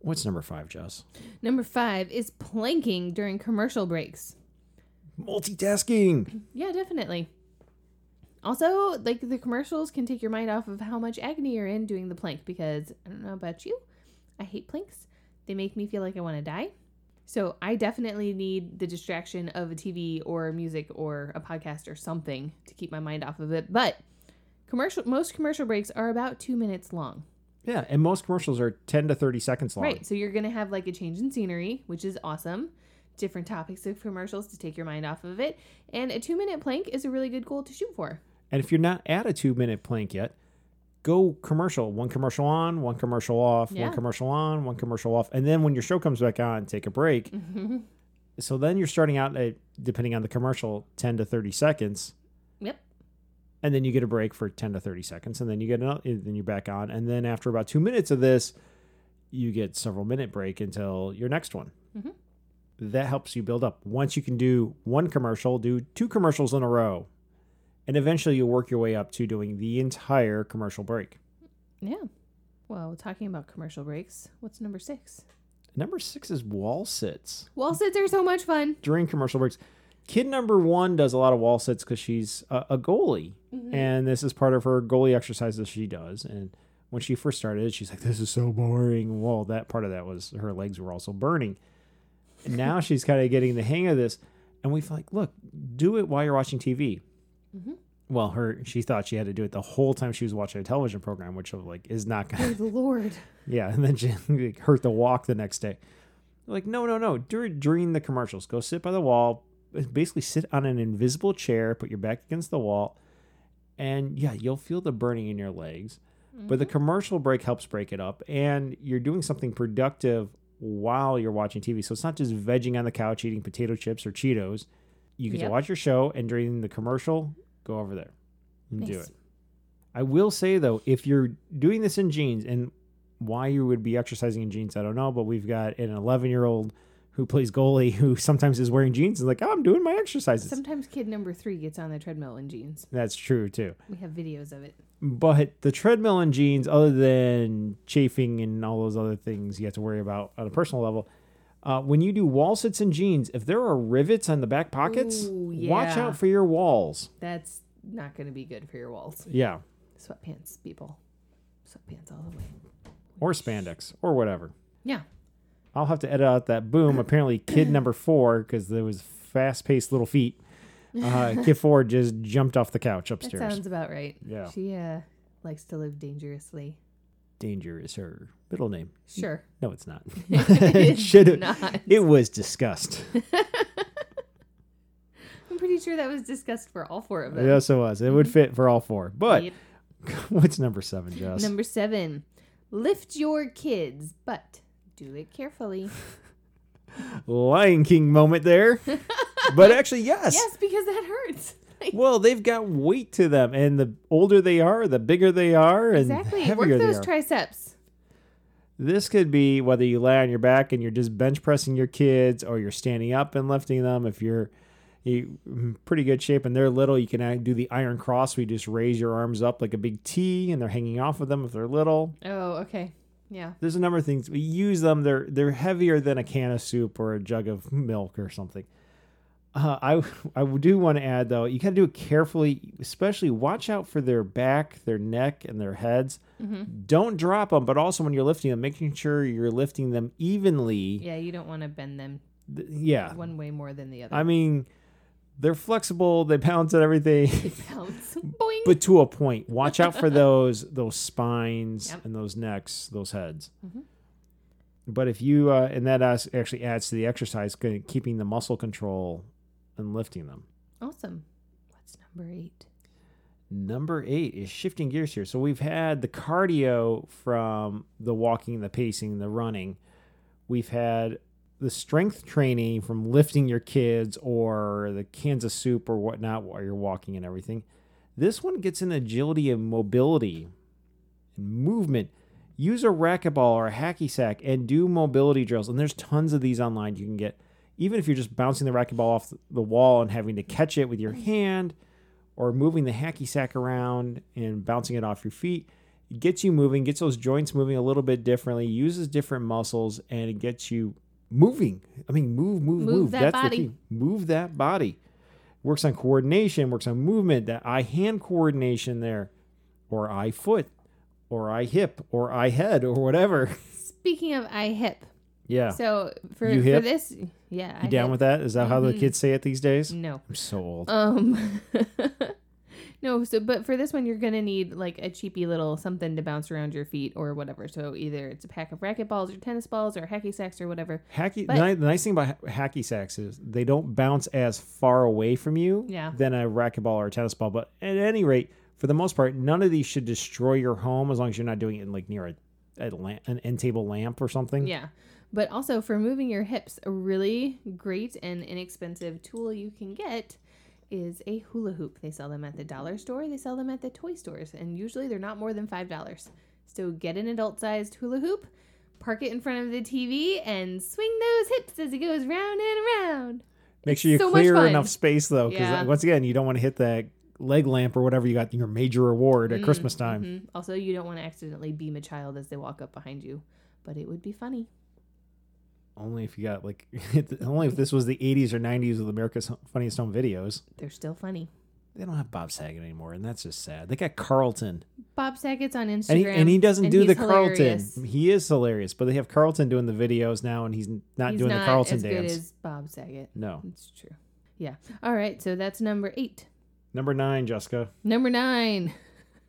What's number five, Jess?
Number five is planking during commercial breaks.
Multitasking.
Yeah, definitely. Also, like the commercials can take your mind off of how much agony you're in doing the plank because I don't know about you. I hate planks. They make me feel like I want to die. So I definitely need the distraction of a TV or music or a podcast or something to keep my mind off of it. But commercial most commercial breaks are about two minutes long.
Yeah, and most commercials are 10 to 30 seconds long.
Right. So you're going to have like a change in scenery, which is awesome. Different topics of commercials to take your mind off of it. And a two minute plank is a really good goal to shoot for.
And if you're not at a two minute plank yet, go commercial. One commercial on, one commercial off,
Yeah.
one commercial on, one commercial off. And then when your show comes back on, take a break.
Mm-hmm.
So then you're starting out at, depending on the commercial, 10 to 30 seconds.
Yep.
And then you get a break for 10 to 30 seconds. And then you get another, and then you're back on. And then after about two minutes of this, you get several minute break until your next one.
Mhm.
That helps you build up. Once you can do one commercial, do two commercials in a row. And eventually you'll work your way up to doing the entire commercial break.
Yeah. Well, talking about commercial breaks, what's number six?
Number six is wall sits
Wall sits are so much fun.
during commercial breaks. Kid number one does a lot of wall sits because she's a, a goalie. And this is part of her goalie exercises she does. And when she first started, she's like, this is so boring. Well, that part of that was her legs were also burning. And now she's kind of getting the hang of this. And we feel like, look, do it while you're watching TV.
Mhm.
Well, her she thought she had to do it the whole time she was watching a television program, which like is not gonna
Oh, the Lord.
yeah, and then she like, hurt the walk the next day. Like, no, no, no. During, during the commercials, go sit by the wall. Basically, sit on an invisible chair, put your back against the wall, and yeah, you'll feel the burning in your legs. But
Mm. Mm-hmm.
the commercial break helps break it up, and you're doing something productive while you're watching TV. So it's not just vegging on the couch eating potato chips or Cheetos. You get to
Yep.
watch your show, and during the commercial, go over there and do
Nice.
it. I will say though, if you're doing this in jeans, and why you would be exercising in jeans, I don't know, but we've got an 11 year old who plays goalie who sometimes is wearing jeans and like, "Oh, I'm doing my exercises.
Sometimes kid number three gets on the treadmill in jeans.
That's true too.
We have videos of it.
But the treadmill and jeans, other than chafing and all those other things you have to worry about on a personal level, uh, when you do wall sits in jeans, if there are rivets on the back pockets,
Ooh,
watch
yeah.
out for your walls.
That's not going to be good for your walls.
Yeah.
Sweatpants, people. Sweatpants all the way.
Or spandex or whatever.
Yeah.
I'll have to edit out that boom. Apparently, kid number four, because there was fast-paced little feet. Uh, kid four just jumped off the couch
That
upstairs.
sounds about right.
Yeah.
She uh, likes to live dangerously.
Danger is her middle name.
Sure.
No, it's not. it should have.
Not.
It was disgust.
I'm pretty sure that was discussed for all four of them.
yes, it was. It
Mm-hmm.
would fit for all four. But
Yep.
what's number seven, Jess?
Number seven, lift your kids, but do it carefully.
Lion King moment there. but actually,
yes, because that hurts. Like,
Well, they've got weight to them, and the older they are, the bigger they are, and the
exactly. Work
heavier they
those
are.
triceps.
This could be whether you lie on your back and you're just bench pressing your kids or you're standing up and lifting them. If you're you- in pretty good shape and they're little, you can act- do the iron cross where you just raise your arms up like a big T and they're hanging off of them if they're little.
Oh, okay. Yeah.
There's a number of things. We use them. They're they're heavier than a can of soup or a jug of milk or something. Uh, I I do want to add though, you got to do it carefully. Especially watch out for their back, their neck, and their heads.
Mm-hmm.
Don't drop them, but also when you're lifting them, making sure you're lifting them evenly.
Yeah, you don't want to bend them
Th- Yeah,
one way more than the other.
I mean, they're flexible. They bounce at everything,
Bounce. Boing.
but to a point. Watch out for those those spines
Yep.
and those necks, those heads.
Mhm.
But if you uh, and that as- actually adds to the exercise, ke- keeping the muscle control and lifting them.
awesome. What's number eight?
Number eight is shifting gears here. So we've had the cardio from the walking, the pacing, the running. We've had the strength training from lifting your kids or the cans of soup or whatnot while you're walking and everything. This one gets in agility and mobility and movement. Use a racquetball or a hacky sack and do mobility drills. And there's tons of these online you can get. Even if you're just bouncing the racquetball off the wall and having to catch it with your hand or moving the hacky sack around and bouncing it off your feet, it gets you moving, gets those joints moving a little bit differently, uses different muscles, and it gets you moving. I mean, move, move, move.
Move that
That's
body.
the key. Move that body. Works on coordination, works on movement, that eye hand coordination there, or eye foot, or eye hip, or eye head, or whatever.
Speaking of I hip,
Yeah.
so for,
You
for
hip?
this, yeah,
you down with that? Is that how
Mm-hmm.
the kids say it these days?
No,
I'm so old.
um, no. So, but for this one, you're gonna need like a cheapy little something to bounce around your feet or whatever. So either it's a pack of racquet balls or tennis balls or hacky sacks or whatever.
Hacky.
But-
the, ni- the nice thing about ha- hacky sacks is they don't bounce as far away from you
Yeah.
than a racquetball or a tennis ball. But at any rate, for the most part, none of these should destroy your home as long as you're not doing it in, like near a, a lamp, an end table lamp or something.
Yeah. But also for moving your hips, a really great and inexpensive tool you can get is a hula hoop. They sell them at the dollar store, they sell them at the toy stores, and usually they're not more than $5. So get an adult sized hula hoop, park it in front of the TV, and swing those hips as it goes round and around.
Make sure you
so much
clear
fun.
enough space though, because
Yeah.
once again, you don't want to hit that leg lamp or whatever you got your major reward at Christmas time.
Mhm. Also, you don't want to accidentally beam a child as they walk up behind you, but it would be funny.
Only if you got like, only if this was the 80s or 90s with America's Funniest Home Videos.
They're still funny.
They don't have Bob Saget anymore, and that's just sad. They got Carlton.
Bob Saget's on Instagram.
and he, and he doesn't
and
do the
he's
Carlton.
hilarious.
He is hilarious, but they have Carlton doing the videos now, and he's n- not
He's
doing the Carlton
as
dance.
Good as Bob Saget.
no,
It's true. Yeah. All right. So that's number eight.
number nine, Jessica,
Number nine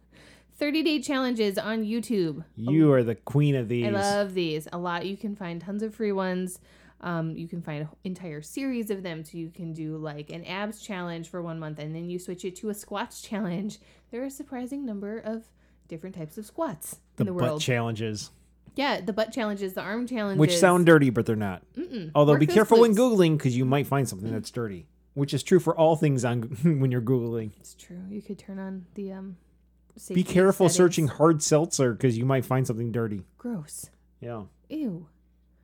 30 day challenges on YouTube.
you are the queen of these.
I love these a lot. You can find tons of free ones. Um, you can find an entire series of them. So you can do like an abs challenge for one month and then you switch it to a squats challenge. There are a surprising number of different types of squats
the
in the
butt
world.
challenges,
yeah. The butt challenges, the arm challenges.
which sound dirty, but they're not.
Mm-mm.
Although,
Work
be
those
careful when
glutes.
googling because you might find something that's dirty, which is true for all things on when you're googling.
It's true. You could turn on the. um.
Be
safety
careful
settings.
searching hard seltzer because you might find something dirty.
Gross.
Yeah,
Ew.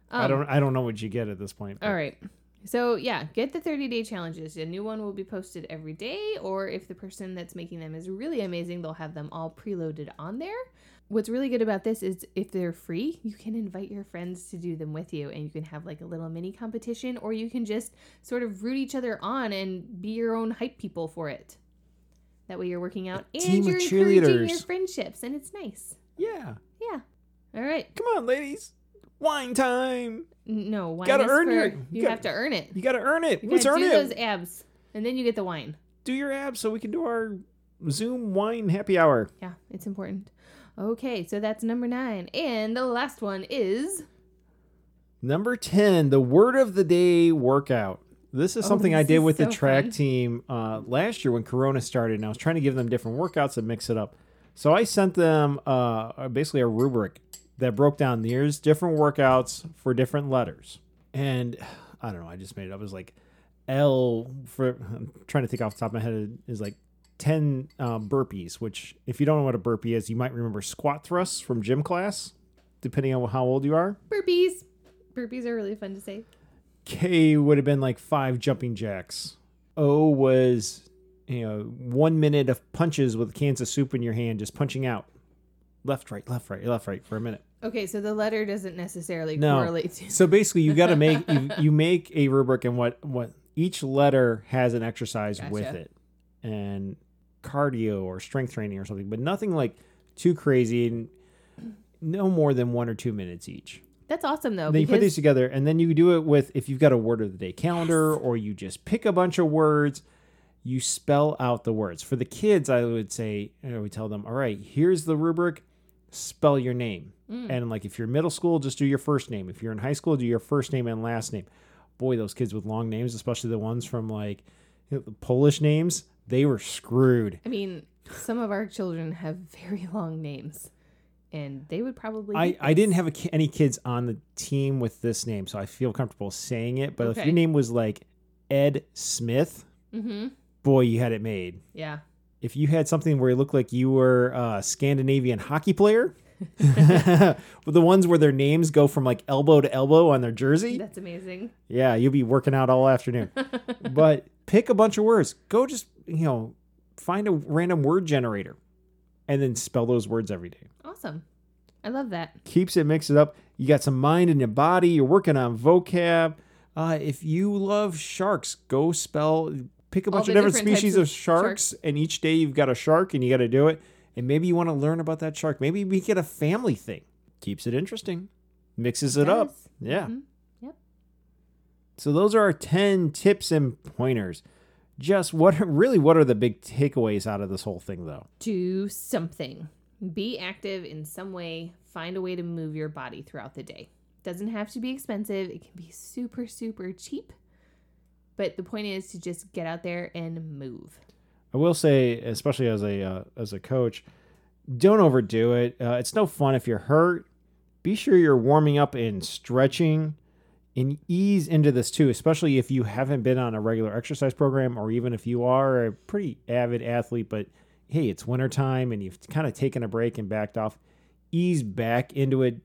I
Um,
don't, I don't know what you get at this point. but-
All right. So yeah, get the 30 day challenges. A new one will be posted every day, or if the person that's making them is really amazing, they'll have them all preloaded on there. What's really good about this is if they're free, you can invite your friends to do them with you and you can have like a little mini competition, or you can just sort of root each other on and be your own hype people for it. That way you're working out
team
and
of
you're encouraging your
cheerleaders.
friendships, and it's nice.
Yeah,
Yeah. All right.
come on, ladies, wine time.
N- No, wine
Gotta
is
earn
for-
your-
You
gotta-
have to earn it.
You got to earn it.
You
Let's
gotta
earn
do
it.
those abs, and then you get the wine.
do your abs so we can do our Zoom wine happy hour.
Yeah, it's important. Okay, so that's number nine, and the last one is
Number 10, the word of the day workout. This is
Oh,
something I
this
did
is
with
so
the track
fun.
team uh, last year when Corona started, and I was trying to give them different workouts and mix it up. So I sent them uh, basically a rubric that broke down there's different workouts for different letters. And I don't know, I just made it up. It was like L for, I'm trying to think off the top of my head, is like 10 uh, burpees, which if you don't know what a burpee is, you might remember squat thrusts from gym class, depending on how old you are.
burpees. Burpees are really fun to say.
K would have been like five jumping jacks. O was, you know, one minute of punches with cans of soup in your hand, just punching out. Left, right, left, right, left, right for a minute.
Okay, so the letter doesn't necessarily
No.
correlate to.
So basically, you got to make you, you make a rubric, and what what each letter has an exercise with
Gotcha.
it, and cardio or strength training or something, but nothing like too crazy, and no more than one or two minutes each.
That's awesome though.
then you put
Oh, because-
these together and then you do it with if you've got a word of the day calendar or you just pick a bunch of words you spell out the words for the kids i would say you know, we tell them all right here's the rubric spell your name
Hmm. mm,
and like if you're middle school just do your first name if you're in high school do your first name and last name boy those kids with long names especially the ones from like you know, the polish names they were screwed
I mean, some of our children have very long names. and they would probably.
I,
get
I didn't
this.
have a, ki- any kids on the team with this name, so I feel comfortable saying it. But if
Okay.
your name was like Ed Smith,
Mhm.
boy, you had it made.
Yeah.
If you had something where it looked like you were a Scandinavian hockey player, the ones where their names go from like elbow to elbow on their jersey,
That's amazing.
yeah, you'll be working out all afternoon. but pick a bunch of words. Go just, you know, find a random word generator and then spell those words every day.
awesome. I love that.
keeps it mixed up. You got some mind in your body. You're working on vocab. Uh, if you love sharks, go spell. Pick a
All
bunch
the
of different,
different types
species
of
of sharks, and each day you've got a shark, and you got to do it. And maybe you want to learn about that shark. Maybe we get a family thing. Keeps it interesting. Mixes it up.
Yes.
Yeah.
Mhm. Yep.
So those are our ten tips and pointers. Just what really what are the big takeaways out of this whole thing though?
Do something. Be active in some way. Find a way to move your body throughout the day. Doesn't have to be expensive. It can be super, super cheap. But the point is to just get out there and move.
I will say, especially as a uh, as a coach, don't overdo it. Uh, it's no fun if you're hurt. Be sure you're warming up and stretching, and ease into this too. Especially if you haven't been on a regular exercise program, or even if you are a pretty avid athlete, but hey, it's wintertime and you've kind of taken a break and backed off. Ease back into it.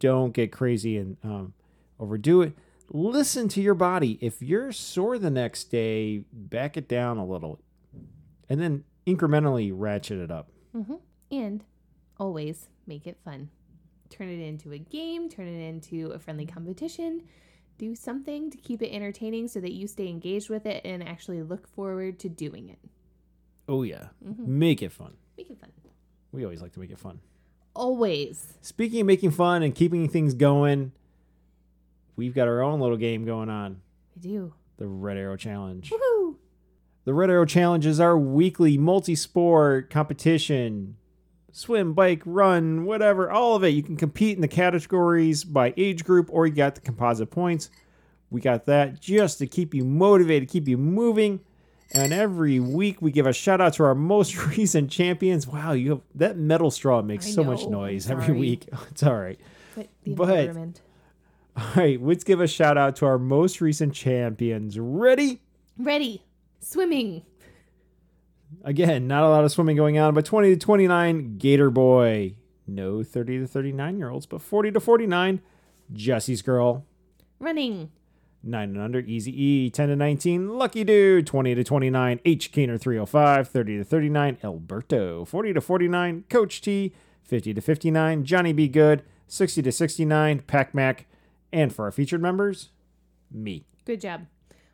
Don't get crazy and um, overdo it. Listen to your body. If you're sore the next day, back it down a little and then incrementally ratchet it up.
Mm-hmm. And always make it fun. Turn it into a game, turn it into a friendly competition. Do something to keep it entertaining so that you stay engaged with it and actually look forward to doing it.
Oh yeah,
Mhm.
make it fun.
Make it fun.
We always like to make it fun.
Always.
Speaking of making fun and keeping things going, we've got our own little game going on,
I do.
the Red Arrow Challenge.
Woohoo!
The Red Arrow Challenge is our weekly multi-sport competition. Swim, bike, run, whatever, all of it. You can compete in the categories by age group or you got the composite points. We got that just to keep you motivated, keep you moving. And every week we give a shout out to our most recent champions. Wow, you have that metal straw makes
I
so much
know, I'm
noise every
sorry.
week. It's all right.
But the
But-
environment.
All right, let's give a shout out to our most recent champions. Ready?
Ready. Swimming.
Again, not a lot of swimming going on, but 20 to 29, Gator Boy. No 30 to 39 year olds, but 40 to 49, Jesse's Girl.
Running.
9 and under, Easy E. 10 to 19, Lucky Dude. 20 to 29, H. Keener 305. 30 to 39, Alberto. 40 to 49, Coach T. 50 to 59, Johnny B. Good. 60 to 69, Pac Mac. And for our featured members, me.
Good job.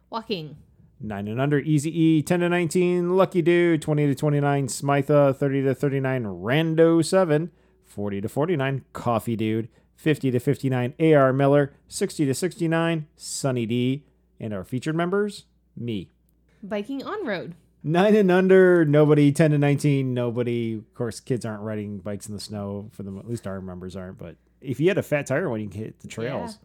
Walking.
9 and under, Easy E, 10 to 19, Lucky Dude, 20 to 29, Smitha, 30 to 39, Rando 7, 40 to 49, Coffee Dude, 50 to 59, AR Miller, 60 to 69, Sunny D, and our featured members, me.
Biking on road.
9 and under, nobody, 10 to 19, nobody. Of course, kids aren't riding bikes in the snow, for the at least our members aren't, but if you had a fat tire when you hit the trails.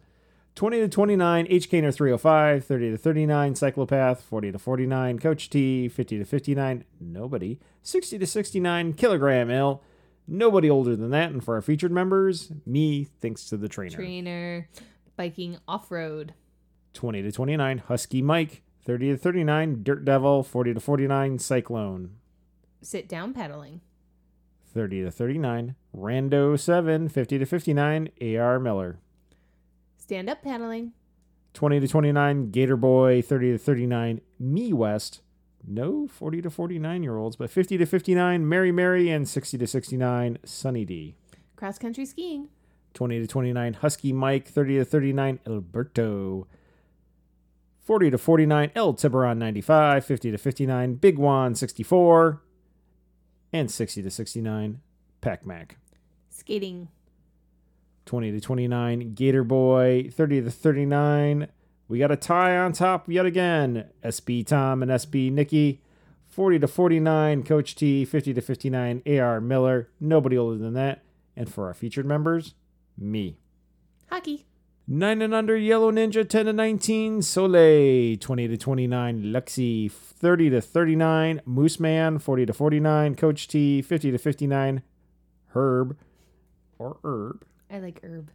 20 to 29, HK or 305, 30 to 39, Cyclopath, 40 to 49, Coach T, 50 to 59, nobody, 60 to 69, Kilogram L, nobody older than that. And for our featured members, me, thanks to the trainer.
Trainer. Biking off road.
20 to 29, Husky Mike, 30 to 39, Dirt Devil, 40 to 49, Cyclone,
Sit down paddling.
30 to 39, Rando 7, 50 to 59, AR Miller.
Stand up paddling.
20 to 29 gator boy 30 to 39 me west no 40 to 49 year olds but 50 to 59 mary mary and 60 to 69 sunny d
Cross country skiing.
20 to 29 husky mike 30 to 39 alberto 40 to 49 el tiburon 95 50 to 59 big juan 64 and 60 to 69 pac mac
Skating.
20 to 29 gator boy 30 to 39 we got a tie on top yet again sb tom and sb nikki 40 to 49 coach t 50 to 59 ar miller nobody older than that and for our featured members me
Hockey.
9 and under yellow ninja 10 to 19 soleil 20 to 29 luxi 30 to 39 moose man 40 to 49 coach t 50 to 59 herb or herb.
I like herb.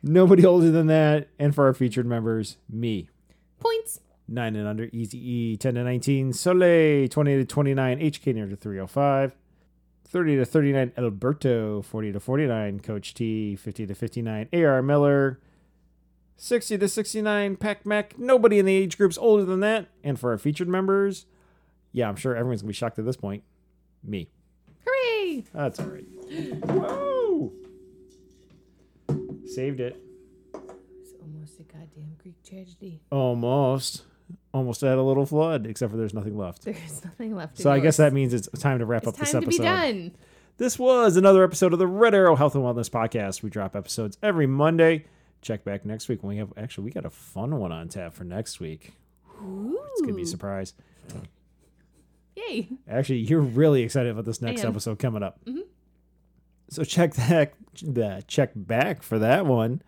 Nobody older than that. And for our featured members, me.
Points.
9 and under, Easy E, 10 to 19, Soleil, 20 to 29, HK near to 305, 30 to 39, Alberto, 40 to 49, Coach T, 50 to 59, AR Miller, 60 to 69, Pac Mac, nobody in the age groups older than that. And for our featured members, yeah, I'm sure everyone's gonna be shocked at this point. Me.
Hooray!
That's all right. Whoa! Saved it.
It's almost a goddamn Greek tragedy.
Almost. Almost had a little flood, except for there's nothing left.
There's nothing left. to
So I
go.
guess that means it's time to wrap
it's
up this
time to
episode.
be done.
This was another episode of the Red Arrow Health and Wellness Podcast. We drop episodes every Monday. Check back next week when we have actually we got a fun one on tap for next week. It's gonna be a
Ooh.
surprise.
Yay!
Actually, you're really excited about this next
am. Mm-hmm.
episode coming up. So check that the check back for that one.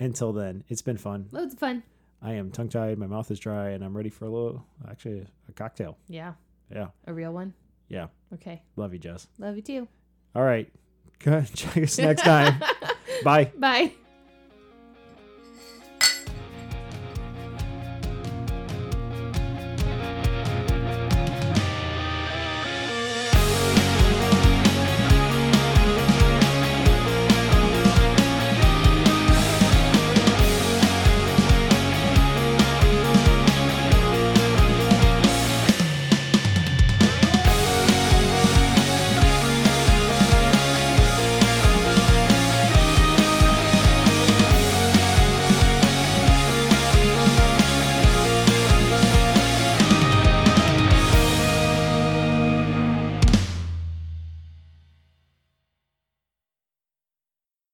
Until then, it's been fun.
Loads of fun.
I am tongue tied, my mouth is dry, and I'm ready for a little actually a cocktail.
Yeah,
Yeah,
a real one.
yeah.
Okay,
Love you, Jess.
love you too.
All right, Go ahead, check us next time. Bye.
Bye.